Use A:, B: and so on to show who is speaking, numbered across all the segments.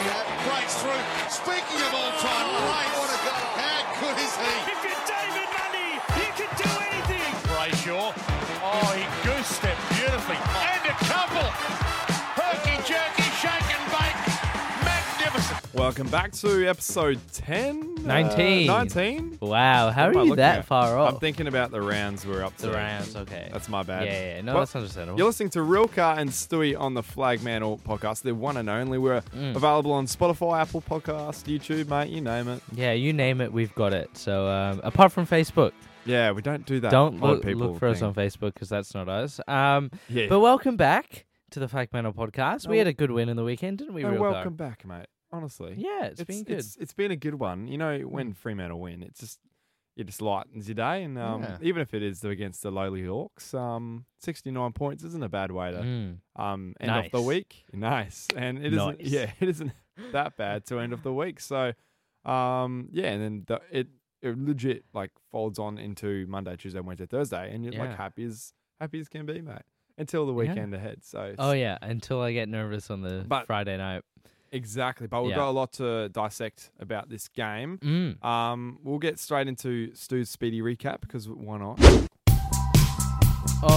A: breaks through. Speaking of all-time greats, Oh, what a goal. How good is he?
B: If you're David Mundy, you can do anything.
C: Brayshaw. Oh, he goose stepped beautifully. And a couple. Herky jerky, shake and bake. Magnificent.
D: Welcome back to episode 10.
E: 19.
D: 19.
E: Wow,
D: What am
E: how
D: I
E: are you
D: looking
E: that
D: at?
E: far off?
D: I'm thinking about the rounds we're up to.
E: the rounds, okay.
D: That's my bad.
E: Yeah, yeah, no,
D: Well,
E: that's understandable.
D: You're listening to Rilka and Stewie on the Flagman All podcast. They're one and only. We're
E: Mm.
D: available on Spotify, Apple Podcast, YouTube, mate. You name it.
E: yeah, you name it, we've got it. So um, apart from Facebook,
D: Yeah, we don't do that.
E: don't
D: pod
E: look,
D: people
E: look for us
D: thing.
E: on Facebook because that's not us. Um,
D: Yeah.
E: But welcome back to the Fact Manor podcast. We
D: No.
E: had a good win in the weekend, didn't we?
D: No,
E: Rilko?
D: Oh, welcome back, mate. Honestly,
E: Yeah, it's been good. Mm.
D: It's, it's been a good one. You know, when Fremantle win, it's just it just lightens your day, and um,
E: Yeah.
D: even if it is against the lowly Hawks, um, sixty nine points isn't a bad way to
E: Mm.
D: um, end of the
E: Nice.
D: week. Nice, and it not
E: Nice.
D: Yeah, it isn't that bad to end of the week. So, um, yeah, and then the, it it legit like folds on into Monday, Tuesday, Wednesday, Thursday, and you're
E: Yeah.
D: like happy as happy as can be, mate, until the weekend ahead. So, it's-
E: Oh yeah, until I get nervous on the
D: But-
E: Friday night.
D: exactly. But we've
E: Yeah.
D: got a lot to dissect about this game.
E: Mm.
D: Um, we'll get straight into Stu's speedy recap because why not?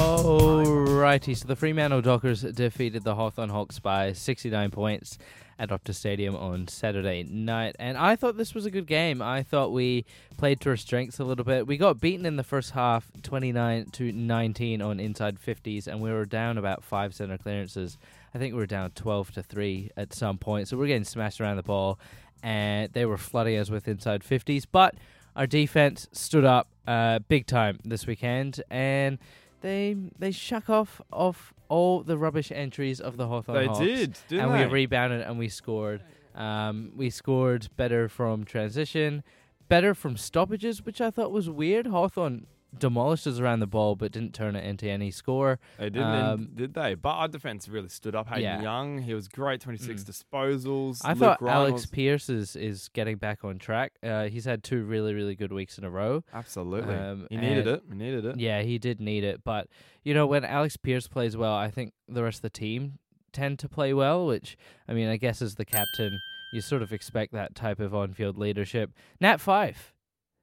E: Alrighty, so the Fremantle Dockers defeated the Hawthorn Hawks by 69 points at Optus Stadium on Saturday night. And I thought this was a good game. I thought we played to our strengths a little bit. We got beaten in the first half 29 to 19 on inside 50s, and we were down about five centre clearances. I think we were down 12 to 3 at some point. So we we're getting smashed around the ball, and they were flooding us with inside 50s. But our defense stood up uh, big time this weekend, and they they shuck off off all the rubbish entries of the Hawthorn.
D: They
E: Hawks,
D: did, didn't
E: and
D: they?
E: we rebounded and we scored. Um, we scored better from transition, better from stoppages, which I thought was weird. Hawthorn demolished us around the ball, but didn't turn it into any score.
D: They didn't,
E: Um,
D: did they? But our defense really stood up. Hayden
E: Yeah. Mm.
D: Young, he was great, 26 disposals.
E: I
D: Luke
E: thought
D: Ryan
E: Alex
D: was-
E: Pierce is, is getting back on track. Uh, he's had two really really good weeks in a row.
D: Absolutely.
E: um,
D: he needed
E: and-
D: it. He needed it.
E: Yeah, he did need it. But, you know, when Alex Pierce plays well, I think the rest of the team tend to play well, which, I mean, I guess as the captain, you sort of expect that type of on field leadership. Nat Fife.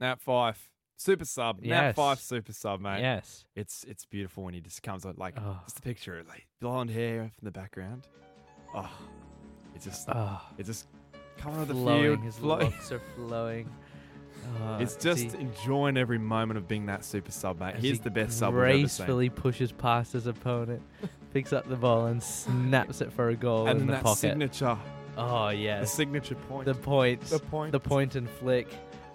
D: Nat Fife, super sub. Nat
E: Yes.
D: Fife, super sub, mate.
E: Yes.
D: It's it's beautiful when he just comes on, like,
E: Oh.
D: just the picture, like, blonde hair from the background. Oh, it's just,
E: Oh,
D: it's just coming on the
E: flowing.
D: field.
E: His
D: flow-
E: locks are flowing. Oh,
D: it's
E: is
D: just
E: he-
D: enjoying every moment of being that super sub, mate.
E: as
D: He's
E: he
D: the best sub we've ever seen.
E: Gracefully pushes past his opponent, picks up the ball and snaps it for a goal
D: And
E: in
D: then
E: the
D: that
E: pocket.
D: signature,
E: oh
D: the
E: yes,
D: signature point.
E: the points,
D: The point.
E: the point and flick.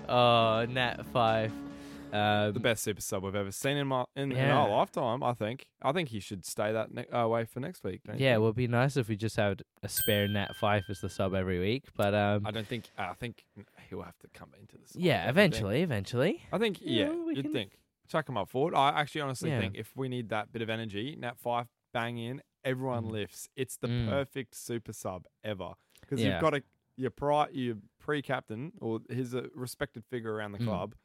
E: Oh, Nat Five. Um,
D: the best super sub we've ever seen in my in, in
E: Yeah.
D: our lifetime. I think. I think he should stay that ne- uh, way for next week. Don't
E: Yeah,
D: You?
E: it would be nice if we just had a spare Nat Fife as the sub every week. But um,
D: I don't think. uh, I think he'll have to come into this.
E: yeah, eventually, eventually.
D: I think. Yeah,
E: Yeah, we
D: you'd
E: can-
D: think. Chuck him up forward. I actually honestly
E: Yeah.
D: think if we need that bit of energy, Nat Five bang in, everyone lifts. It's the
E: Mm.
D: perfect super sub ever because
E: Yeah.
D: you've got a your pri your pre captain or he's a respected figure around the
E: Mm.
D: club,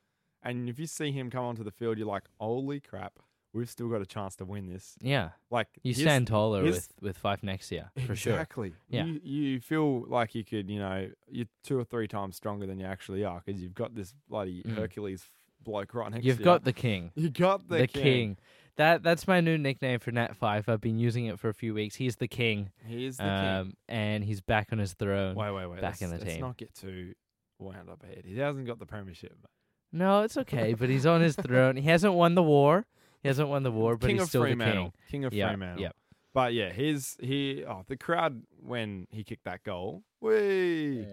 D: and if you see him come onto the field, you're like, holy crap, we've still got a chance to win this.
E: Yeah,
D: Like
E: you
D: his-
E: stand taller
D: his-
E: with with Fife next year for sure.
D: exactly.
E: Yeah.
D: You, you feel like you could, you know, you're two or three times stronger than you actually are because you've got this bloody
E: Mm.
D: Hercules bloke right next
E: You've
D: to
E: got the king,
D: you. You got the,
E: the, king. That that's my new nickname for Nat Fife. I've been using it for a few weeks. He's the king,
D: He is the
E: um, and he's back on his throne.
D: king. Wait, wait, wait.
E: back in
D: let's-
E: the
D: let's
E: team.
D: not get too wound up ahead. He hasn't got the premiership. mate.
E: No, it's okay, but he's on his throne. He hasn't won the war. He hasn't won the war, but
D: king
E: he's
D: of
E: still the
D: Fremantle.
E: king.
D: of
E: Yeah,
D: Fremantle.
E: yeah.
D: But yeah, his he oh the crowd when he kicked that goal, wee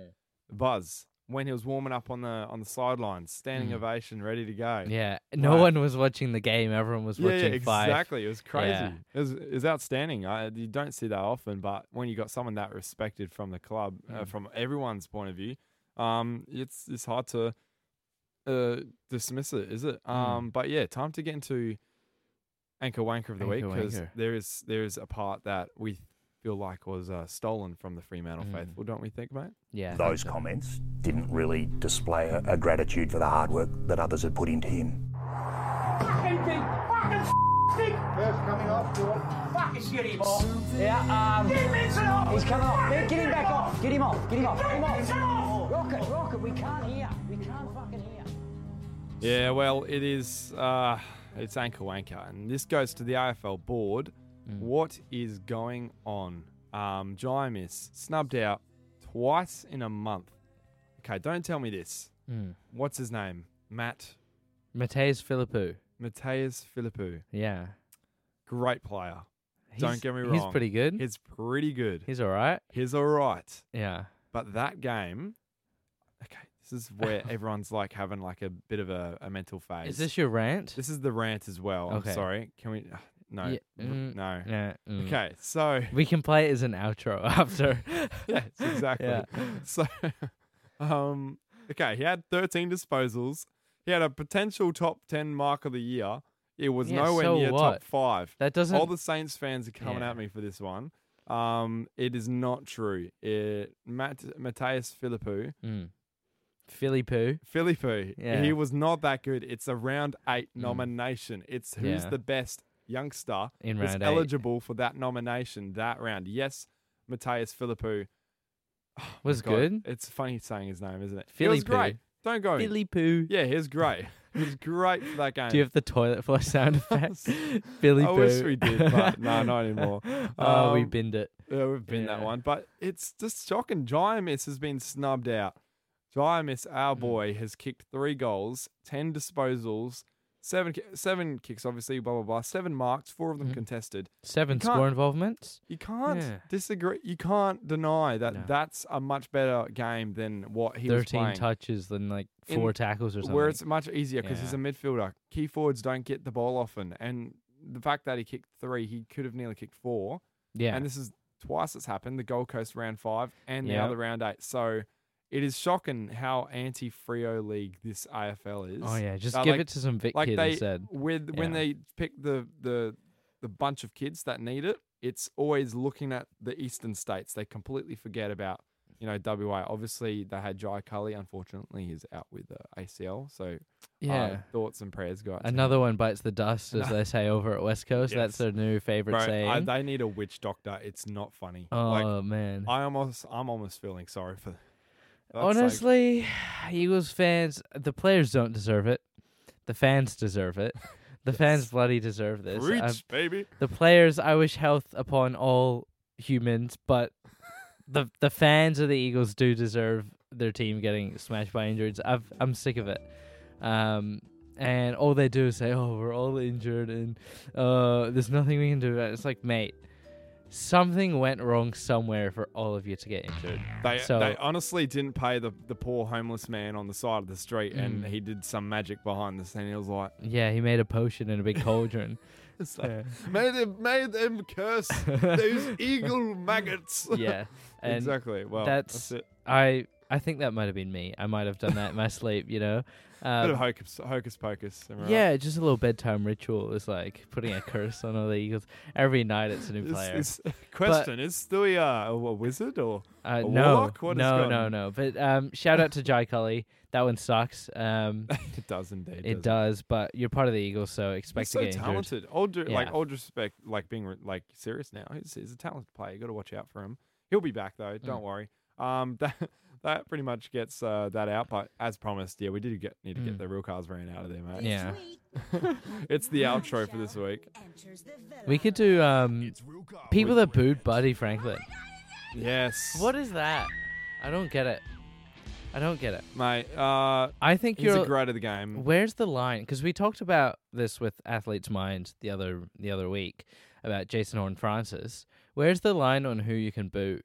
D: buzz when he was warming up on the on the sidelines, standing
E: Mm.
D: ovation, ready to go.
E: Yeah, no
D: Right.
E: one was watching the game. Everyone was
D: Yeah, yeah,
E: watching Fife.
D: exactly. It was crazy.
E: Yeah.
D: It, was, it was outstanding. I, you don't see that often, but when you got someone that respected from the club, uh,
E: Mm.
D: from everyone's point of view, um, it's it's hard to uh, dismiss it, is
E: Mm.
D: it? Um, but yeah, time to get into anchor wanker of the week
E: Anchor
D: because
E: wanker.
D: there is there is a part that we feel like was uh, stolen from the Fremantle
E: Mm.
D: faithful, don't we think, mate?
E: Yeah,
F: Those comments didn't really display a, a gratitude for the hard work that others had put into him.
G: fucking fucking Fuck is shit, ball. Yeah, um. He's come off. Get him back off. Get him off. Get him off. Get him off. Rocket, rocket, we can't hear. We can't fucking hear.
D: Yeah, well, it is. Uh, it's anchor wanker, and this goes to the AFL board.
E: Mm.
D: What is going on? Um, Jaimis snubbed out twice in a month. Okay, don't tell me this.
E: Mm.
D: What's his name? Matt
E: Mateus Philippou.
D: Mateus Philippou.
E: Yeah.
D: Great player.
E: He's-
D: don't get me wrong.
E: He's pretty good.
D: He's pretty good.
E: he's all right.
D: He's all right.
E: Yeah.
D: But that game, okay, this is where everyone's like having like a bit of a, a mental phase.
E: Is this your rant?
D: This is the rant as well.
E: Okay.
D: I'm sorry. Can we? uh, No.
E: Yeah,
D: R-
E: mm,
D: No.
E: yeah. mm.
D: Okay. So
E: We can play it as an outro after.
D: yes, exactly.
E: Yeah.
D: So, um, okay, he had 13 disposals. He had a potential top 10 mark of the year. It was
E: Yeah,
D: nowhere
E: so
D: near
E: what?
D: top five.
E: That doesn't-
D: All the Saints fans are coming
E: Yeah.
D: at me for this one. Um, it is not true. It, Matt, Matthias Philippou,
E: Mm. Philly poo.
D: Philippou,
E: Yeah. Mm.
D: he was not that good. It's a round eight nomination. It's who's
E: Yeah.
D: the best youngster
E: In
D: that's
E: round eight.
D: eligible for that nomination that round. Yes, Matthias Philippou
E: Was
D: Oh God,
E: good.
D: It's funny saying his name, isn't it? he
E: Philly
D: was great.
E: poo.
D: Don't go.
E: Philly poo.
D: Yeah, he was great. He was great for that game.
E: Do you have the toilet flush sound effect? Philly
D: I
E: poo.
D: wish we did, but no, not anymore.
E: oh, we
D: Um,
E: binned it.
D: yeah, we've been that
E: Yeah.
D: one, but it's just shocking. Giamis has been snubbed out. Giamis, our
E: Mm.
D: boy, has kicked three goals, ten disposals, seven ki- seven kicks, obviously. Blah blah blah. Seven marks, four of them contested.
E: Seven
D: you can't-
E: score involvements.
D: You can't
E: Mm-hmm. Yeah.
D: disagree. You can't deny that
E: No.
D: that's a much better game than what he was
E: Thirteen
D: playing.
E: touches, then like
D: In-
E: four tackles or something.
D: where it's much easier because he's a
E: Yeah.
D: midfielder. Key forwards don't get the ball often, and the fact that he kicked three, he could have nearly kicked four.
E: yeah.
D: And this is twice it's happened: the Gold Coast round five and
E: Yep.
D: the other round eight. So it is shocking how anti-Frio league this AFL is.
E: oh yeah, just
D: Uh,
E: give
D: like-
E: it to some Vic
D: Like
E: kid
D: they
E: instead.
D: with when
E: Yeah.
D: they pick the the the bunch of kids that need it, it's always looking at the eastern states. They completely forget about. You know, WA. Obviously, they had Jai Cully. Unfortunately, he's out with uh, ACL. So
E: Yeah.
D: uh, thoughts and prayers, guys.
E: Oh, Another one bites the dust, as they say over at West Coast. That's
D: Yes.
E: their new favorite
D: Bro,
E: saying.
D: I, they need a witch doctor. It's not funny.
E: oh
D: like
E: man.
D: I almost, I'm almost feeling sorry for. That's like-
E: Honestly, Eagles fans, the players don't deserve it. The fans deserve it. The fans bloody deserve this.
D: Preach,
E: Um,
D: baby.
E: the players, I wish health upon all humans, but the the fans of the Eagles do deserve their team getting smashed by injuries. I've I'm sick of it. Um, and all they do is say, "Oh, we're all injured, and uh, there's nothing we can do about it." It's like, mate, something went wrong somewhere for all of you to get injured.
D: They,
E: so-
D: they honestly didn't pay the, the poor homeless man on the side of the street,
E: Mm.
D: and he did some magic behind this, and he was like,
E: Yeah, he made a potion in a big cauldron.
D: it's like, "May them, may them curse those eagle maggots."
E: yeah, and
D: exactly. Well, that's,
E: that's,
D: it.
E: I I think that might have been me. I might have done that in my sleep. You know.
D: A bit
E: Um,
D: of hocus, hocus pocus. am I right?
E: Yeah, just a little bedtime ritual is like putting a curse on all the Eagles. Every night it's a new
D: Is-
E: player.
D: is- question is Stewie uh, a, a wizard or
E: uh,
D: a
E: no,
D: warlock? What has
E: no,
D: gone-
E: no, no. But um, shout out to Jai Cully. That one sucks. Um,
D: it does indeed. doesn't
E: it does, but you're part of the Eagles, so expect
D: He's
E: to
D: so
E: get injured.
D: talented. All due, like
E: Yeah.
D: all due respect, like being re- like serious now. He's, he's a talented player. You got to watch out for him. He'll be back
E: Mm.
D: though. Don't worry. Um, that that pretty much gets uh, that out. But as promised, yeah, we did get need to
E: Mm.
D: get the real cars ran out of there, mate.
E: Yeah,
D: it's the outro for this week.
E: we could do um, people that booed Buddy Franklin.
D: Yes.
E: What is that? I don't get it. I don't get it.
D: mate? Uh,
E: I think
D: he's
E: you're
D: a great of the game.
E: Where's the line? Because we talked about this with Athlete's Mind the other the other week about Jason Horn Francis. Where's the line on who you can boo?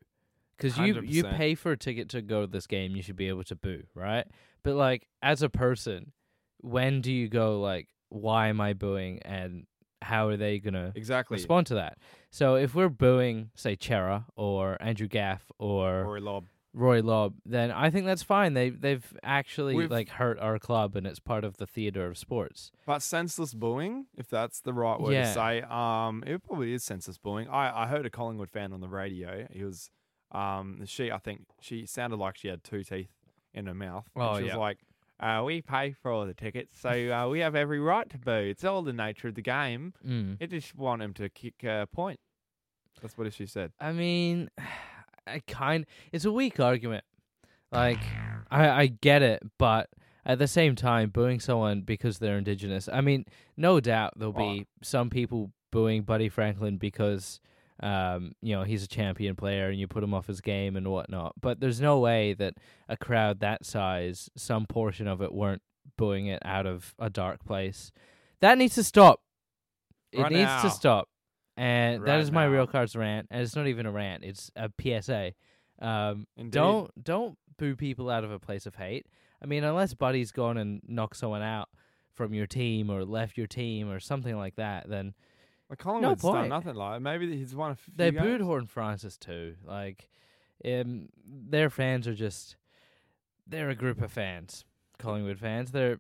E: Because you you
D: 100%.
E: pay for a ticket to go to this game, you should be able to boo, right? But like as a person, when do you go like, why am I booing, and how are they gonna
D: Exactly.
E: respond to that? So if we're booing, say Chera or Andrew Gaff or
D: Rory Lobb.
E: Roy Lobb, then I think that's fine. They they've actually
D: We've-
E: like hurt our club, and it's part of the theater of sports.
D: But senseless booing, if that's the right word
E: Yeah.
D: to say, um, it probably is senseless booing. I, I heard a Collingwood fan on the radio. He was, um, she I think she sounded like she had two teeth in her mouth. and
E: Oh,
D: she was
E: yeah.
D: like, uh, we pay for all the tickets, so uh, we have every right to boo. It's all the nature of the game.
E: Mm.
D: It just want him to kick a point. That's what she said.
E: I mean, I kind. It's a weak argument. Like, I I get it, but at the same time, booing someone because they're indigenous. I mean, no doubt there'll be some people booing Buddy Franklin because, um, you know, he's a champion player and you put him off his game and whatnot. But there's no way that a crowd that size, some portion of it, weren't booing it out of a dark place. That needs to stop. It
D: Right
E: needs
D: now.
E: to stop. And that
D: Right
E: is my
D: now.
E: real cards rant, and it's not even a rant; it's a PSA. Um,
D: Indeed.
E: don't don't boo people out of a place of hate. I mean, unless Buddy's gone and knocked someone out from your team or left your team or something like that, then
D: Like Collingwood's done
E: point.
D: nothing like. Maybe he's one of
E: they booed Horton Francis too. Like, um, their fans are just they're a group of fans, Collingwood fans. They're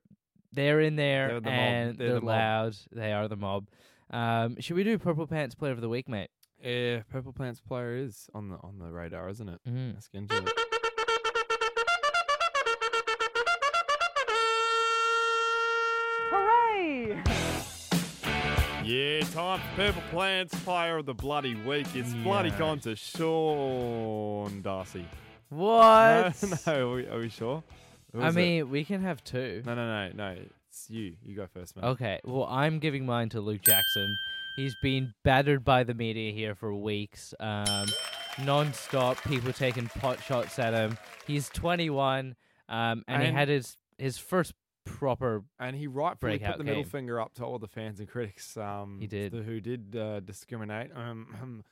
E: they're in there
D: They're the mob.
E: and
D: They're
E: they're,
D: the mob.
E: loud. They are the mob. Um, should we do Purple Pants Player of the Week, mate?
D: Yeah, Eh, Purple Plants player is on the on the radar, isn't it?
E: Mm.
D: Let's get into it.
H: Hooray!
A: Yeah, time for Purple Plants Player of the Bloody Week. It's bloody
E: Yeah.
A: gone to Sean Darcy.
E: What?
D: No, no, are we, are we sure? Who
E: I
D: is it?
E: mean, we can have two.
D: no, no, no, no. It's you. You go first, man.
E: Okay, well, I'm giving mine to Luke Jackson. He's been battered by the media here for weeks, um, non-stop. People taking pot shots at him. He's 21, um, and, he
D: And-
E: had his his first proper.
D: And he rightfully put
E: Breakout
D: the middle
E: game.
D: finger up to all the fans and critics. Um,
E: He did.
D: th- who did uh, discriminate. Um,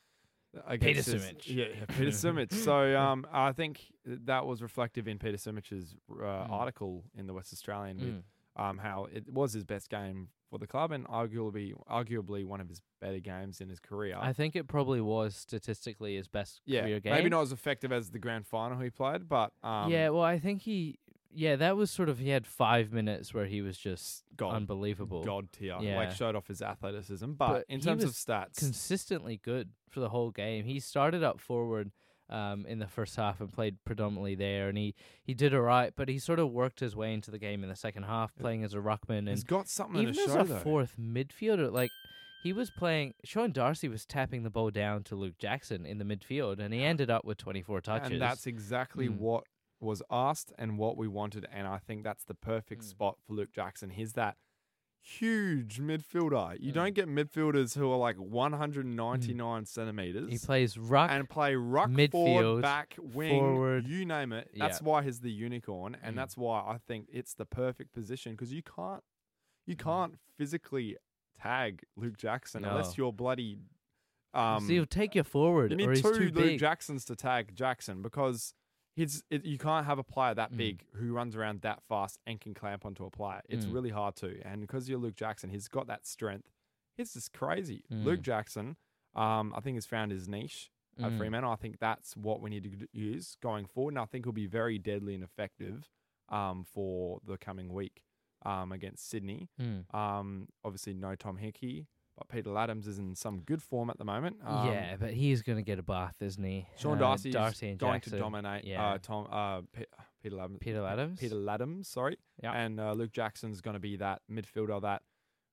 D: against his-
E: Simic.
D: Yeah, yeah, Peter Simic. So um, I think that was reflective in Peter Simic's uh,
E: Mm.
D: article in the West Australian with um, how it was his best game for the club and arguably arguably one of his better games in his career.
E: I think it probably was statistically his best
D: yeah,
E: career game.
D: maybe not as effective as the grand final he played, but um,
E: yeah, well, I think he. Yeah, that was sort of he had five minutes where he was just
D: God.
E: unbelievable,
D: god tier.
E: Yeah.
D: Like showed off his athleticism, but,
E: But
D: in
E: he
D: terms of
E: was
D: stats,
E: consistently good for the whole game. He started up forward um, in the first half and played predominantly there, and he, he did all right, but he sort of worked his way into the game in the second half, playing as a ruckman
D: he's
E: and
D: got something
E: even
D: to
E: as
D: show
E: a
D: though.
E: fourth midfielder. Like he was playing, Sean Darcy was tapping the ball down to Luke Jackson in the midfield, and he ended up with 24 touches.
D: And that's exactly
E: Mm.
D: what was asked and what we wanted. And I think that's the perfect spot for Luke Jackson. He's that huge midfielder.
E: Hmm.
D: You don't get midfielders who are like 199 centimeters
E: he plays ruck.
D: and play ruck, forward,
E: midfield,
D: back, wing,
E: forward.
D: you name it. That's
E: Yeah.
D: why he's the unicorn. And
E: Mm.
D: that's why I think it's the perfect position because you can't, you can't physically tag Luke Jackson unless
E: Hmm. No.
D: you're bloody. Um,
E: so he'll take you forward,
D: you need
E: or he's
D: two
E: too
D: Luke
E: big.
D: Jacksons to tag Jackson because he's it, you can't have a player that
E: Mm.
D: big who runs around that fast and can clamp onto a player. It's
E: Mm.
D: really hard to. And because you're Luke Jackson, he's got that strength. It's just crazy. Luke
E: Mm.
D: Jackson, um, I think has found his niche at
E: Mm.
D: Fremantle. I think that's what we need to g- use going forward, and I think he'll be very deadly and effective um, for the coming week um, against Sydney.
E: Mm.
D: Um, obviously, no Tom Hickey. But Peter Laddams is in some good form at the moment. Um,
E: yeah, but he's gonna get a bath, isn't he?
D: Sean
E: Uh,
D: Darcy is
E: Darcy and
D: going
E: Jackson.
D: to dominate.
E: Yeah.
D: Uh, Tom, uh, Pe- Peter Laddams. Uh,
E: Peter Laddams?
D: Peter Laddams, sorry.
E: Yeah.
D: And uh, Luke Jackson's going to be that midfielder that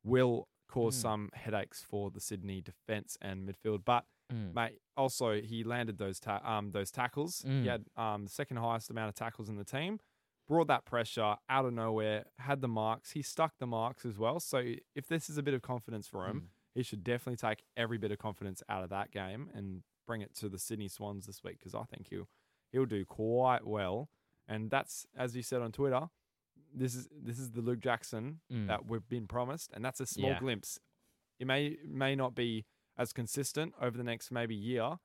D: will cause
E: Mm.
D: some headaches for the Sydney defence and midfield. But
E: Mm.
D: mate, also he landed those ta- um those tackles.
E: Mm.
D: He had um the second highest amount of tackles in the team. Brought that pressure out of nowhere. Had the marks. He stuck the marks as well. So if this is a bit of confidence for
E: Mm.
D: him, he should definitely take every bit of confidence out of that game and bring it to the Sydney Swans this week because I think he'll he'll do quite well. And that's as you said on Twitter. This is this is the Luke Jackson
E: Mm.
D: that we've been promised, and that's a small
E: Yeah.
D: glimpse it may may not be as consistent over the next maybe year,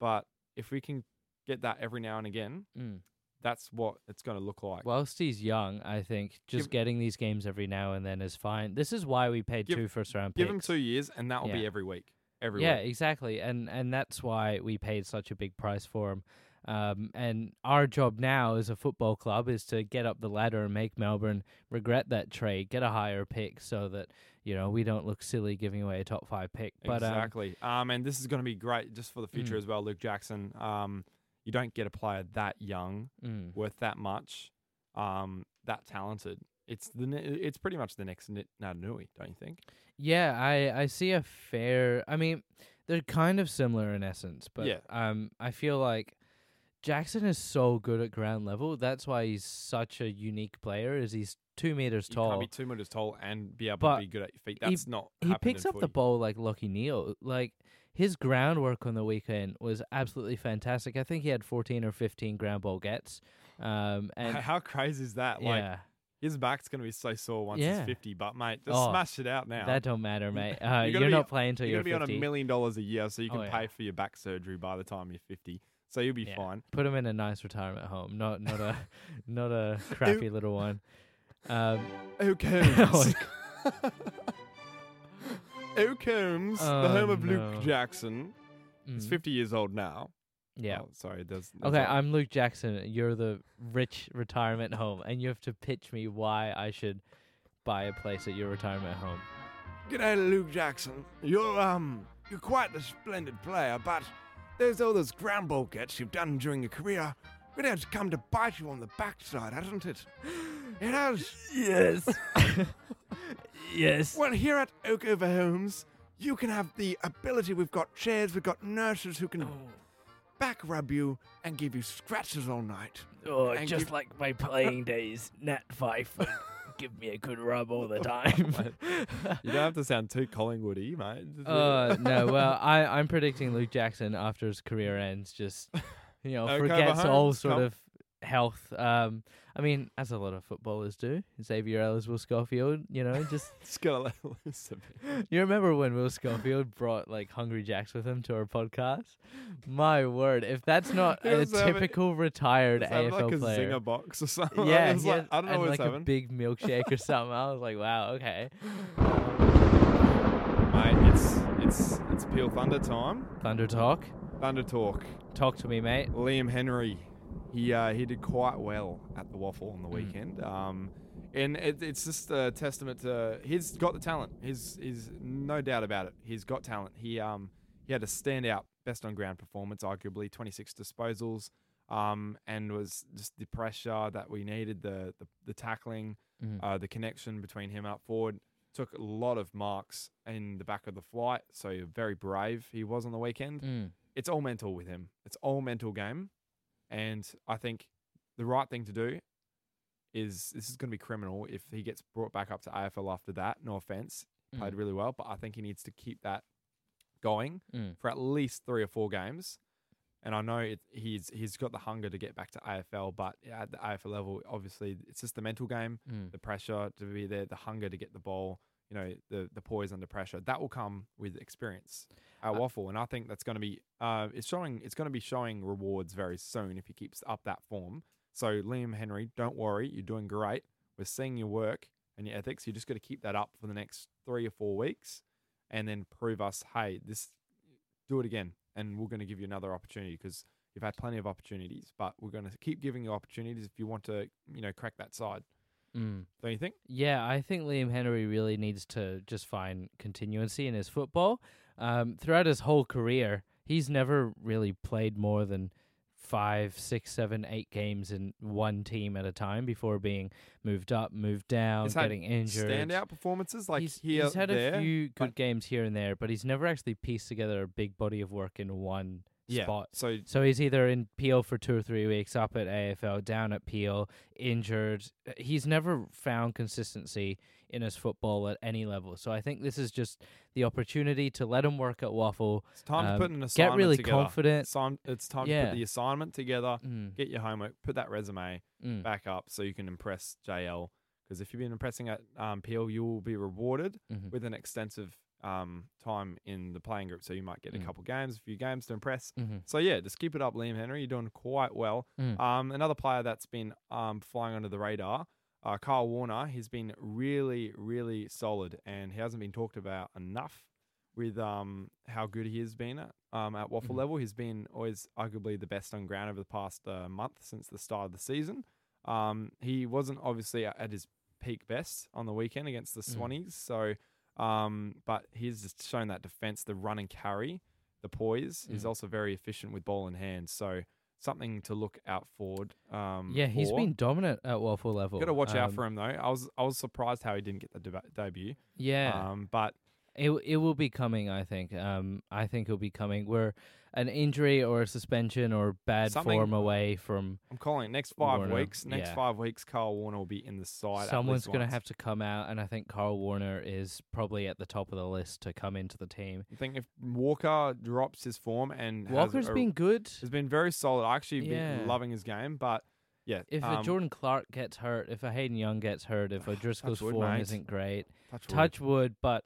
D: but if we can get that every now and again,
E: Mm.
D: that's what it's going to look like.
E: Whilst he's young, I think just
D: Give-
E: getting these games every now and then is fine. This is why we paid
D: Give-
E: two first round picks.
D: Give them two years, and that will be
E: Yeah.
D: every week. Every
E: yeah,
D: week.
E: exactly, and and that's why we paid such a big price for him. Um, and our job now as a football club is to get up the ladder and make Melbourne regret that trade, get a higher pick, so that you know we don't look silly giving away a top five pick. But um, mm.
D: exactly. Um, and this is going to be great just for the future as well, Luke Jackson. Um, you don't get a player that young
E: Mm.
D: worth that much um, that talented. It's the ne- it's pretty much the next Ni- Nui, don't you think?
E: Yeah, I I see a fair. I mean, they're kind of similar in essence, but
D: Yeah.
E: um, I feel like Jackson is so good at ground level. That's why he's such a unique player. Is he's two meters
D: You
E: tall.
D: can't be two meters tall and be able
E: But
D: to be good at your feet.
E: he-
D: That's not.
E: he
D: happened
E: picks
D: in
E: up the
D: footy.
E: ball like Lucky Neal. Like his groundwork on the weekend was absolutely fantastic. I think he had 14 or 15 ground ball gets. Um, and
D: How crazy is that? Like
E: yeah,
D: his back's gonna be so sore once
E: Yeah.
D: he's fifty. But mate, just
E: Oh,
D: smash it out now.
E: that don't matter, mate. Uh,
D: You're
E: you're
D: gonna be-
E: not playing till
D: you're
E: you're,
D: gonna be
E: 50.
D: on a million dollars a year, so you
E: Oh,
D: can
E: yeah.
D: pay for your back surgery by the time you're fifty. So you'll be
E: Yeah.
D: fine.
E: Put him in a nice retirement home, not not a not a crappy little one. Um,
D: Who comes?
E: Like-
D: Who comes?
E: Oh,
D: the home of
E: no.
D: Luke Jackson. He's
E: mm,
D: fifty years old now.
E: yeah.
D: Oh, sorry. There's, there's
E: Okay,
D: a-
E: I'm Luke Jackson. You're the rich retirement home, and you have to pitch me why I should buy a place at your retirement home.
D: G'day, Luke Jackson. You're um, you're quite a splendid player, but there's all those ground ball gets you've done during your career. It has come to bite you on the backside, hasn't it? It has.
E: Yes. yes.
D: Well, here at Oakover Homes, you can have the ability. We've got chairs, we've got nurses who can back rub you and give you scratches all night.
E: Oh,
D: And just give-
E: like my playing days, Nat Fife would give me a good rub all the time.
D: You don't have to sound too Collingwoody, mate.
E: uh, no, well, I, I'm predicting Luke Jackson after his career ends, just, you know,
D: Okay,
E: forgets
D: Mahomes,
E: all sort
D: come.
E: of health. Um, I mean, as a lot of footballers do, Xavier Ellis, Will Schofield, you know, just,
D: Just gonna let loose a bit.
E: you remember when Will Schofield brought, like, Hungry Jacks with him to our podcast? My word, if that's not
D: He
E: a
D: was having-
E: typical retired
D: Sound
E: AFL
D: like a
E: player.
D: zinger box or something.
E: Yeah,
D: It's
E: he
D: like-
E: had-
D: I don't know
E: and
D: what's
E: like
D: happening.
E: a big milkshake or something. I was like, wow, okay,
D: Mate, it's it's it's Peel Thunder time.
E: Thunder Talk,
D: Thunder talk.
E: talk to me, mate.
D: Liam Henry, he uh, he did quite well at the waffle on the weekend. Um, and it, it's just a testament to he's got the talent. He's he's no doubt about it. He's got talent. He um he had a standout best on ground performance, arguably 26 disposals. Um, and was just the pressure that we needed, the the, the tackling, uh, the connection between him up forward. Took a lot of marks in the back of the flight, so very brave he was on the weekend
E: Mm.
D: it's all mental with him. It's all mental game, and I think the right thing to do is this is going to be criminal if he gets brought back up to AFL after that. No offense,
E: Mm.
D: played really well, but I think he needs to keep that going
E: Mm.
D: for at least three or four games. And I know it, he's he's got the hunger to get back to AFL, but at the AFL level, obviously it's just the mental game,
E: Mm.
D: the pressure to be there, the hunger to get the ball. You know, the the poise under pressure that will come with experience at
E: Uh,
D: Waffle, and I think that's going to be uh, it's showing it's going to be showing rewards very soon if he keeps up that form. So Liam Henry, don't worry, you're doing great. We're seeing your work and your ethics. You just got to keep that up for the next three or four weeks, and then prove us, hey, this do it again, and we're going to give you another opportunity because you've had plenty of opportunities, but we're going to keep giving you opportunities if you want to, you know, crack that side.
E: Mm.
D: Don't you think?
E: Yeah, I think Liam Henry really needs to just find continuity in his football. Um, throughout his whole career, he's never really played more than five, six, seven, eight games in one team at a time before being moved up, moved down,
D: He's had
E: getting injured.
D: Standout performances like
E: he's,
D: here,
E: he's had
D: there.
E: a few good
D: but-
E: games here and there, but he's never actually pieced together a big body of work in one
D: yeah.
E: spot.
D: So
E: So he's either in Peel for two or three weeks, up at AFL, down at Peel, injured. Uh, He's never found consistency in his football at any level. So I think this is just the opportunity to let him work at Waffle.
D: It's time
E: um,
D: to put an
E: Get
D: assignment
E: really
D: together.
E: confident.
D: Assign- it's time to
E: Yeah.
D: put the assignment together.
E: Mm,
D: Get your homework. Put that resume
E: mm,
D: back up so you can impress JL. Because if you've been impressing at um, Peel, you will be rewarded
E: mhm.
D: with an extensive um, time in the playing group. So you might get a
E: Mm.
D: couple games, a few games to impress.
E: Mhm.
D: So yeah, just keep it up, Liam Henry. You're doing quite well.
E: Mm.
D: Um, another player that's been um, flying under the radar, uh, Kyle Warner. He's been really, really solid, and he hasn't been talked about enough with um, how good he has been at, um, at
E: Mm-hmm.
D: waffle level. He's been always arguably the best on ground over the past uh, month since the start of the season. Um, he wasn't obviously at at his peak best on the weekend against the
E: Mm.
D: Swannies, so um, but he's just shown
E: Mm.
D: that defense, the run and carry, the poise. He's also very efficient with ball in hand, so something to look out forward. Um,
E: Yeah, he's
D: for.
E: been dominant at Waffle level.
D: Got to watch out
E: Um,
D: for him though. I was I was surprised how he didn't get the deba debut.
E: Yeah,
D: Um, but
E: it it will be coming. I think. Um, I think it'll be coming. We're an injury or a suspension or bad
D: Something-
E: form away from
D: I'm calling it next five
E: Warner,
D: weeks. Next
E: yeah.
D: five weeks, Kyle Warner will be in the side. at
E: someone's
D: least
E: going to
D: once.
E: have to come out, and I think Carl Warner is probably at the top of the list to come into the team.
D: I think if Walker drops his form and
E: Walker's
D: has a-
E: been good.
D: has been very solid. I actually
E: Yeah.
D: been loving his game, but yeah,
E: If
D: um,
E: a Jordan Clark gets hurt, if a Hayden Young gets hurt, if a Driscoll's
D: touch wood,
E: form
D: mate.
E: isn't great,
D: touch wood.
E: touch wood, but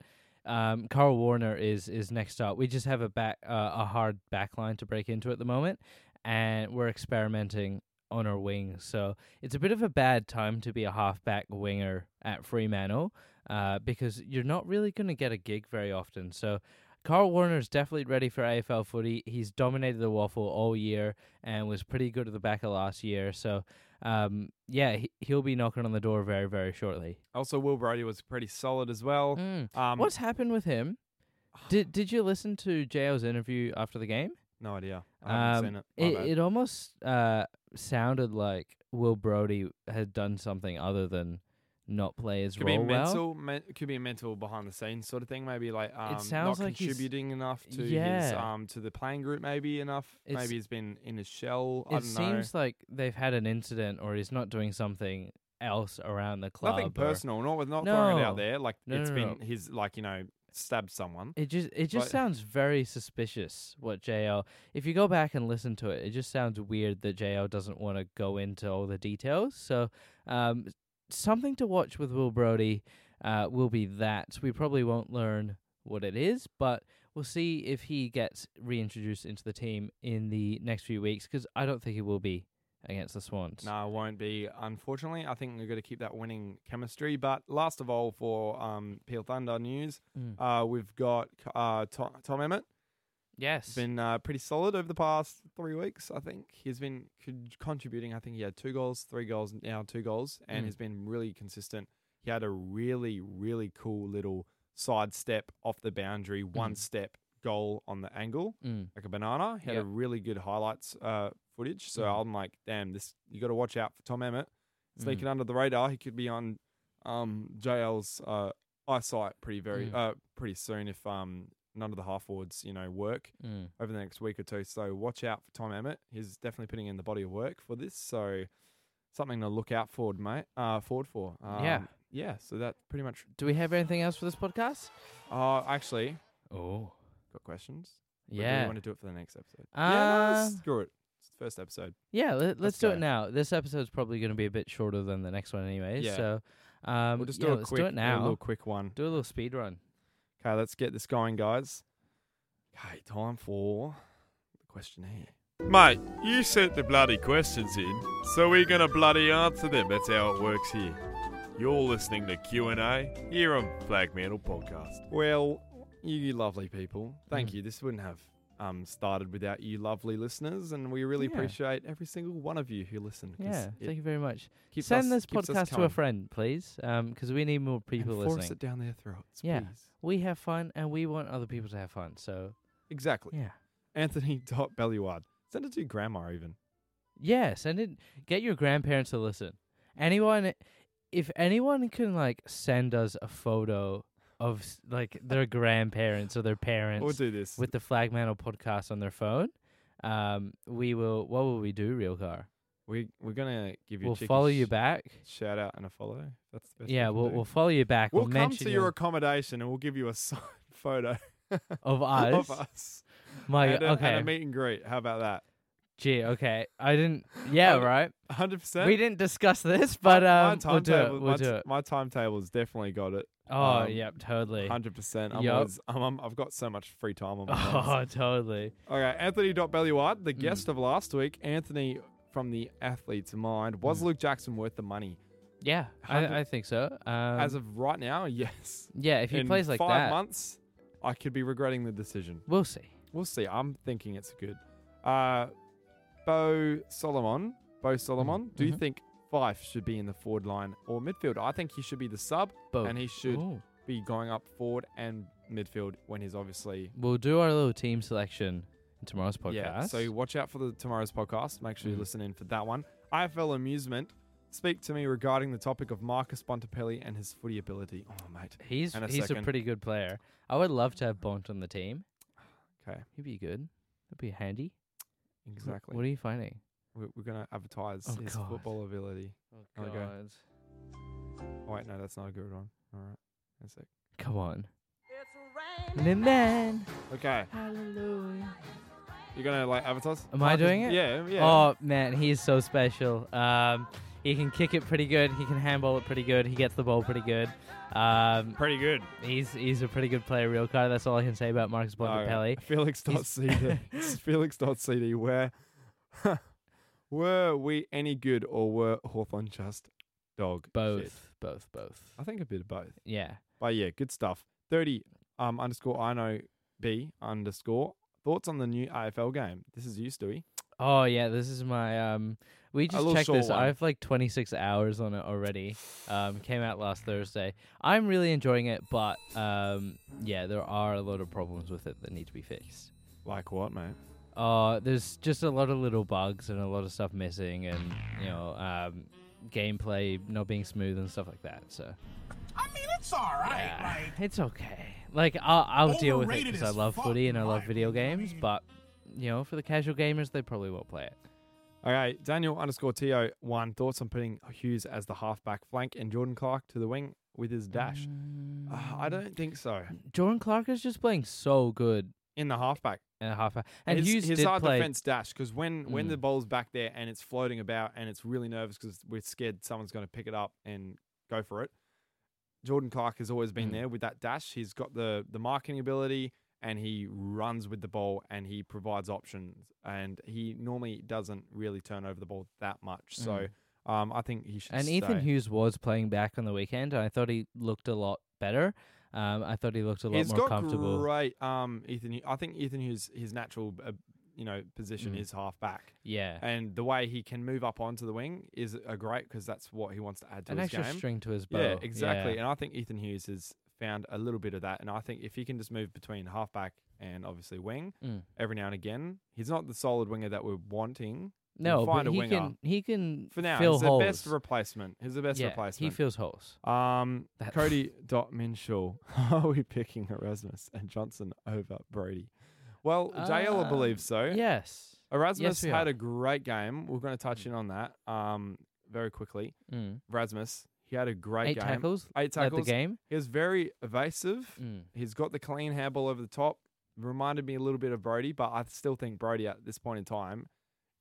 E: um, Carl Warner is is next up. We just have a back uh, a hard back line to break into at the moment, and we're experimenting on our wing. So it's a bit of a bad time to be a halfback winger at Fremantle uh, because you're not really going to get a gig very often. So. Carl Warner's definitely ready for AFL footy. He's dominated the waffle all year and was pretty good at the back of last year. So, um, yeah, he, he'll be knocking on the door very, very shortly. Hmm.
D: Also, Will Brady was pretty solid as well. Um,
E: Mm. What's happened with him? Did Did you listen to JL's interview after the game? Um,
D: No idea. I haven't seen it. My bad.
E: it, it almost uh, sounded like Will Brody had done something other than not play his
D: could be
E: role
D: a
E: well.
D: mental, men, could be a mental behind the scenes sort of thing. Maybe like um,
E: sounds
D: not
E: like he's-
D: contributing enough to his
E: Yeah.
D: um to the playing group. Maybe enough.
E: It's-
D: maybe he's been in his shell. I
E: It
D: don't know.
E: seems like they've had an incident, or he's not doing something else around the club.
D: Nothing
E: or-
D: personal. Not with not throwing it
E: No.
D: out there. Like
E: No,
D: it's
E: no, no,
D: been his like you know stabbed someone.
E: It just it just
D: But-
E: sounds very suspicious what JL. If you go back and listen to it, it just sounds weird that JL doesn't want to go into all the details. So, um, something to watch with Will Brody uh, will be that we probably won't learn what it is, but we'll see if he gets reintroduced into the team in the next few weeks because I don't think he will be against the Swans.
D: No, it won't be. Unfortunately, I think we're going to keep that winning chemistry. But last of all, for um, Peel Thunder news, uh, we've got uh, Tom, Tom Emmett.
E: Yes.
D: He's been uh, pretty solid over the past three weeks. I think he's been con- contributing. I think he had two goals, three goals, now two goals, and
E: Mm.
D: he's been really consistent. He had a really, really cool little side step off the boundary, one step goal on the angle
E: Mm.
D: like a banana. He had
E: Yep. Mm-hmm.
D: a really good highlights uh, footage. So I'm like, damn, this you got to watch out for Tom Emmett sneaking under the radar. He could be on um, JL's uh, eyesight pretty very
E: Mm.
D: uh, pretty soon if um, none of the half forwards you know work
E: Mm.
D: over the next week or two. So watch out for Tom Emmett. He's definitely putting in the body of work for this. So something to look out forward, mate. Uh, forward for. Um,
E: Yeah.
D: Yeah. So that pretty much.
E: Do we have anything else for this podcast?
D: Uh, actually,
E: Oh.
D: got questions. Or Do
E: Yeah.
D: we want to do it for the next episode? yeah.
E: Uh,
D: No, screw it. It's the first episode.
E: Yeah, let, let's do
D: go.
E: it now. This episode's probably going to be a bit shorter than the next one, anyway.
D: Yeah.
E: So, um,
D: We'll just
E: yeah,
D: do a
E: let's
D: quick,
E: do it now. Uh,
D: a little quick one.
E: do a little speed run.
D: Okay, let's get this going, guys. Okay, time for the questionnaire.
A: Mate, you sent the bloody questions in, so we're gonna bloody answer them. That's how it works here. You're listening to Q and A here on Flag Mantle Podcast.
D: Well, you lovely people, thank
E: Mm.
D: you. This wouldn't have um, started without you lovely listeners, and we really
E: Yeah.
D: appreciate every single one of you who listen. 'cause
E: Yeah,
D: it
E: thank you very much.
D: keeps
E: Send
D: us-
E: this
D: keeps us
E: podcast to a
D: coming.
E: friend, please, because we need more
D: And
E: people
D: force
E: listening.
D: it down their throats,
E: Yeah.
D: please.
E: We have fun, and we want other people to have fun. So,
D: Exactly.
E: yeah,
D: Anthony dot Bellyward. Send it to your grandma even.
E: yeah. Send it. Get your grandparents to listen. Anyone, if anyone can like send us a photo of s- like their grandparents or their parents,
D: We'll do this.
E: with the Flag Mantle podcast on their phone, um, we will. What will we do, Real Car?
D: we we're gonna give you. a
E: We'll
D: cheeky
E: follow you
D: sh-
E: back.
D: Shout out and a follow. That's the best. we
E: Yeah,
D: can
E: we'll
D: do.
E: we'll follow you back.
D: We'll, come
E: mention
D: to
E: you
D: your accommodation and we'll give you a signed photo
E: of
D: of
E: us.
D: us.
E: My
D: and, a, and a
E: okay,
D: meet and greet. How about that?
E: gee, okay. I didn't. Yeah,
D: Um,
E: right.
D: 100%.
E: We didn't discuss this, but um,
D: my
E: we'll do
D: timetable,
E: it.
D: my,
E: We'll
D: t-
E: do it.
D: my timetable's definitely got it.
E: Oh,
D: um,
E: yep, totally.
D: 100%. I'm
E: Yup.
D: always, I'm, I'm, I've got so much free time on my hands.
E: Oh, totally.
D: Okay, Anthony Bellyward,
E: Mm.
D: the guest of last week, Anthony from the Athlete's Mind, was
E: Mm.
D: Luke Jackson worth the money?
E: Yeah,
D: Hundred-
E: I, I think so. Um,
D: As of right now, yes.
E: yeah, if he
D: In
E: plays like
D: five
E: that,
D: months, I could be regretting the decision.
E: we'll see.
D: We'll see. I'm thinking it's good. Uh, Bo Solomon. Bo Solomon. Do you
E: mhm.
D: think Fife should be in the forward line or midfield? I think he should be the sub,
E: Both.
D: and he should
E: Ooh.
D: be going up forward and midfield when he's obviously
E: We'll do our little team selection tomorrow's podcast. Mm-hmm.
D: Yeah, so watch out for the tomorrow's podcast. Make sure you listen in for that one. IFL Amusement, speak to me regarding the topic of Marcus Bontempelli and his footy ability. Oh, mate.
E: he's
D: And a
E: he's a
D: second.
E: pretty good player. I would love to have Bont on the team.
D: Okay,
E: He'd be good. That'd be handy.
D: exactly.
E: What are you finding?
D: We're, we're going to advertise
E: Oh,
D: his
E: God.
D: football ability.
E: Oh
D: Okay. Oh, wait, no, that's not a good one. All right, that's it.
E: Come on. And then,
D: Okay,
E: hallelujah.
D: you're going to like advertise?
E: Am I
D: Marcus-
E: doing it?
D: Yeah, yeah.
E: Oh man, he's so special. Um, he can kick it pretty good. He can handball it pretty good. He gets the ball pretty good. Um,
A: Pretty good.
E: he's he's a pretty good player, real car. That's all I can say about Marcus
D: Okay.
E: Bontempelli.
D: Felix.cd. It's Felix.cd. Where were we any good or were Hawthorn just dog?
E: Both,
D: shit?
E: both, both.
D: I think a bit of both.
E: Yeah.
D: But yeah, good stuff. 30 um, underscore I know B underscore. Thoughts on the new AFL game? This is you, Stewie.
E: Oh yeah, this is my um. We just
D: little
E: checked
D: short
E: this.
D: one.
E: I have like 26 hours on it already. Um, came out last Thursday. I'm really enjoying it, but um, yeah, there are a lot of problems with it that need to be fixed.
D: Like what, mate?
E: Uh, there's just a lot of little bugs and a lot of stuff missing, and you know, um, gameplay not being smooth and stuff like that. So
H: I mean, it's all right.
E: yeah,
H: Like,
E: it's okay. Like I'll, I'll deal with it
H: Overrated
E: because I
H: as
E: love
H: fuck,
E: footy and I
H: in
E: love
H: my
E: video
H: opinion. I
E: games,
H: mean-
E: but you know, for the casual gamers, they probably won't play it.
D: Okay, Daniel underscore TO one. Thoughts on putting Hughes as the halfback flank and Jordan Clark to the wing with his dash? Uh,
E: Mm.
D: I don't think so.
E: Jordan Clark is just playing so good
D: In the halfback.
E: and a half hour. And
D: his,
E: Hughes
D: his
E: did
D: hard
E: play.
D: defense dash because when when the
E: Mm.
D: ball's back there and it's floating about and it's really nervous because we're scared someone's going to pick it up and go for it. Jordan Clark has always been
E: Mm.
D: there with that dash. He's got the the marking ability and he runs with the ball and he provides options and he normally doesn't really turn over the ball that much. So um, I think he should.
E: Mm. And Ethan
D: stay.
E: Hughes was playing back on the weekend. and I thought he looked a lot better. Um, I thought he looked a lot
D: He's
E: more
D: got
E: comfortable.
D: great. Um, Ethan. Hugh- I think Ethan Hughes his natural uh, you know position
E: Mm.
D: is half back.
E: yeah. And,
D: and the way he can move up onto the wing is a great because that's what he wants to add to
E: An
D: his
E: extra
D: game.
E: string to his bow.
D: yeah, exactly. And I think Ethan Hughes has found a little bit of that, and I think if he can just move between halfback and obviously wing
E: Mm.
D: every now and again, he's not the solid winger that we're wanting.
E: No,
D: find
E: but
D: a
E: he
D: winger.
E: can he can
D: For now,
E: fill
D: he's
E: holes.
D: the best replacement. He's the best
E: yeah,
D: replacement.
E: He fills holes.
D: um,
E: That-
D: Cody dot Minshaw. Are we picking Erasmus and Johnson over Brody? Well, JL
E: Uh,
D: believes so.
E: Yes.
D: Erasmus
E: Yes, we
D: had
E: are.
D: a great game. We're going to touch in on that um, very quickly.
E: Mm.
D: Erasmus, he had a great
E: Eight
D: game.
E: tackles.
D: Eight
E: at
D: tackles.
E: the game.
D: He was very evasive.
E: Mm.
D: He's got the clean handball over the top. Reminded me a little bit of Brody, but I still think Brody at this point in time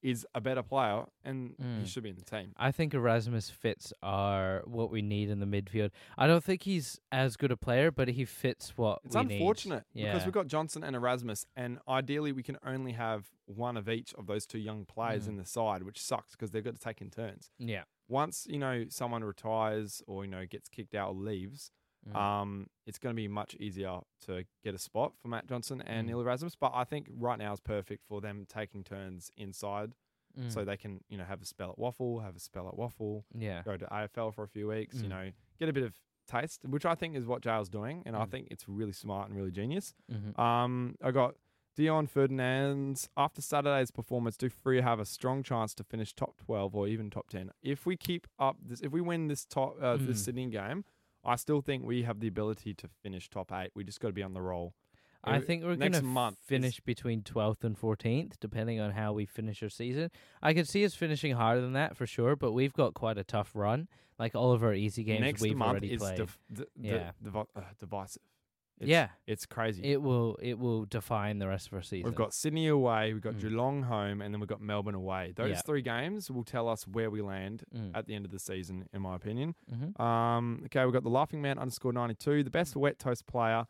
D: is a better player and he
E: Mm.
D: should be in the team.
E: I think Erasmus fits our what we need in the midfield. I don't think he's as good a player, but he fits what
D: It's
E: we need.
D: unfortunate
E: Yeah.
D: because we've got Johnson and Erasmus, and ideally we can only have one of each of those two young players
E: Mm.
D: in the side, which sucks because they've got to take in turns.
E: yeah.
D: once you know someone retires or you know gets kicked out or leaves,
E: Mm.
D: um, it's going to be much easier to get a spot for Matt Johnson and
E: Mm.
D: Neil Erasmus. But I think right now is perfect for them taking turns inside,
E: Mm.
D: so they can you know have a spell at Waffle, have a spell at Waffle,
E: yeah.
D: go to AFL for a few weeks, you
E: Mm.
D: know, get a bit of taste, which I think is what Jail's doing, and I
E: Mm.
D: think it's really smart and really genius.
E: Mm-hmm.
D: Um, I got Dion Ferdinand's. After Saturday's performance, do Free have a strong chance to finish top twelve or even top ten? If we keep up this, if we win this top uh, this
E: Mm.
D: Sydney game, I still think we have the ability to finish top eight. We just got to be on the roll.
E: I
D: Uh,
E: think we're
D: next
E: going to
D: month is-
E: finish between 12th and 14th, depending on how we finish our season. I could see us finishing higher than that for sure, but we've got quite a tough run. Like all of our easy games
D: next
E: we've
D: month
E: already
D: is
E: played.
D: div- d- d-
E: Yeah.
D: divi- uh, divisive. It's,
E: Yeah.
D: it's crazy.
E: it will it will define the rest of our season.
D: We've got Sydney away, we've got
E: Mm.
D: Geelong home, and then we've got Melbourne away. Those
E: Yeah.
D: three games will tell us where we land
E: Mm.
D: at the end of the season, in my opinion.
E: Mhm.
D: Um, okay, we've got the Laughing Man underscore 92, the best wet toast player,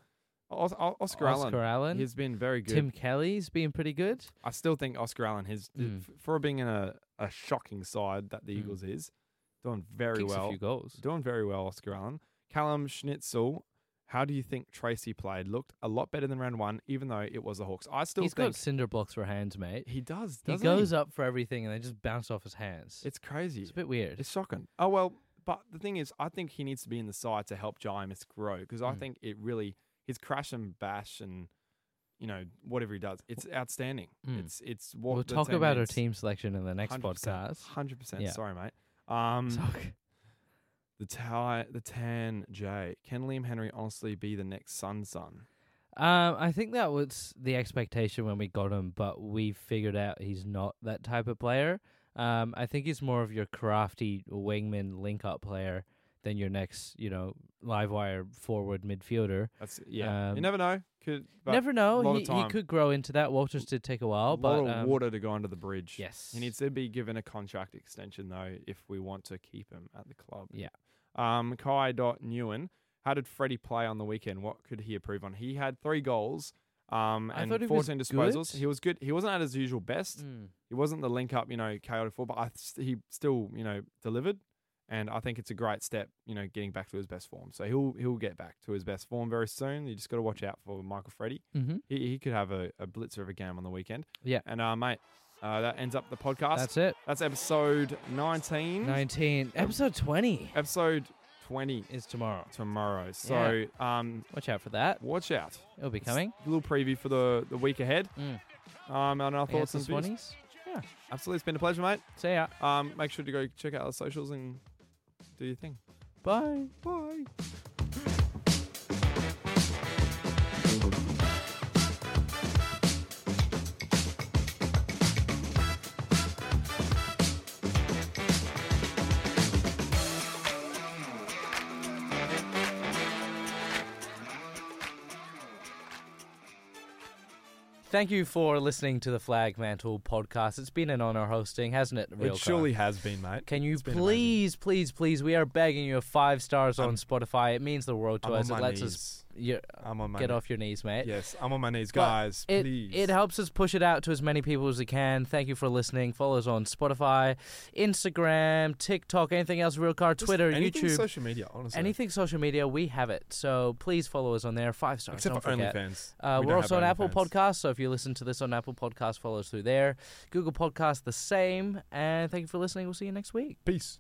D: Os- O- Oscar,
E: Oscar Allen.
D: He's been very good.
E: Tim Kelly's being pretty good.
D: I still think Oscar Allen, his,
E: Mm.
D: f- for being in a, a shocking side that the
E: Mm.
D: Eagles is, doing very
E: Kicks
D: well.
E: a few goals.
D: Doing very well, Oscar Allen. Callum Schnitzel, how do you think Tracy played? Looked a lot better than round one, even though it was the Hawks. I still
E: He's
D: think
E: got cinder blocks for hands, mate.
D: he does.
E: He
D: doesn't
E: goes up for everything and they just bounce off his hands.
D: It's crazy.
E: It's a bit weird.
D: It's shocking. Oh well, but the thing is, I think he needs to be
E: Mm.
D: in the side to help Jaimus grow because I think it really his crash and bash and you know, whatever he does. It's outstanding. It's it's what
E: Mm. We'll
D: the
E: talk
D: team
E: about our
D: needs.
E: team selection in the next
D: 100%,
E: podcast.
D: 100%.
E: Yeah.
D: Sorry, mate. Um,
E: Fuck.
D: the tie, the Tan J. Can Liam Henry honestly be the next Sun Sun?
E: Um, I think that was the expectation when we got him, but we figured out he's not that type of player. Um, I think he's more of your crafty wingman link up player than your next, you know, live wire forward midfielder.
D: That's yeah. you
E: Um,
D: never know. Could but
E: Never
D: lot
E: know.
D: of
E: He, he
D: time.
E: could grow into that. Walters did take a
D: A
E: while,
D: lot
E: but
D: of
E: um,
D: water to go under the bridge.
E: yes.
D: He needs to be given a contract extension though, if we want to keep him at the club.
E: Yeah.
D: Um, Kai dot Newen. How did Freddie play on the weekend? What could he improve on? He had three goals. Um,
E: I
D: and
E: thought he was
D: 14 disposals.
E: good.
D: He was good. He wasn't at his usual best.
E: Mm.
D: He wasn't the link up, you know, chaotic four, but I th- he still, you know, delivered. And I think it's a great step, you know, getting back to his best form. So he'll he'll get back to his best form very soon. You just got to watch out for Michael Freddie.
E: Mm-hmm.
D: He, he could have a, a blitzer of a game on the weekend.
E: Yeah.
D: And uh, mate, uh, that ends up the podcast.
E: That's it.
D: That's episode 19.
E: 19. Episode 20
D: Episode 20
E: is tomorrow.
D: tomorrow. So um,
E: Watch out for that.
D: watch out.
E: It'll be coming.
D: A little preview for the, the week ahead.
E: Mm.
D: Um, and our
E: I guess
D: thoughts and
E: the
D: views.
E: 20s. Yeah.
D: Absolutely. It's been a pleasure, mate.
E: See ya.
D: Um, make sure to go check out our socials and do your thing.
E: Bye.
D: Bye.
E: Thank you for listening to the Flag Mantle podcast. It's been an honor hosting, hasn't it? Real
D: it surely has been, mate.
E: Can you
D: been
E: please,
D: amazing.
E: please, please? We are begging you five stars on
D: I'm-
E: Spotify. It means the world to
D: I'm
E: us.
D: on
E: it
D: my
E: lets us
D: knees.
E: you,
D: I'm on my
E: get
D: knees.
E: off your knees, mate.
D: Yes, I'm on my knees,
E: But
D: guys.
E: it,
D: please.
E: It helps us push it out to as many people as we can. Thank you for listening. Follow us on Spotify, Instagram, TikTok, anything else, real car,
D: Just
E: Twitter,
D: anything
E: YouTube.
D: social media, honestly.
E: Anything social media, we have it. So please follow us on there. Five stars.
D: Except
E: don't
D: for
E: forget.
D: OnlyFans.
E: Uh,
D: We
E: we're
D: don't
E: also
D: have
E: on Apple
D: OnlyFans.
E: Podcasts, so if you listen to this on Apple Podcasts, follow us through there. Google Podcasts, the same. And thank you for listening. We'll see you next week.
D: Peace.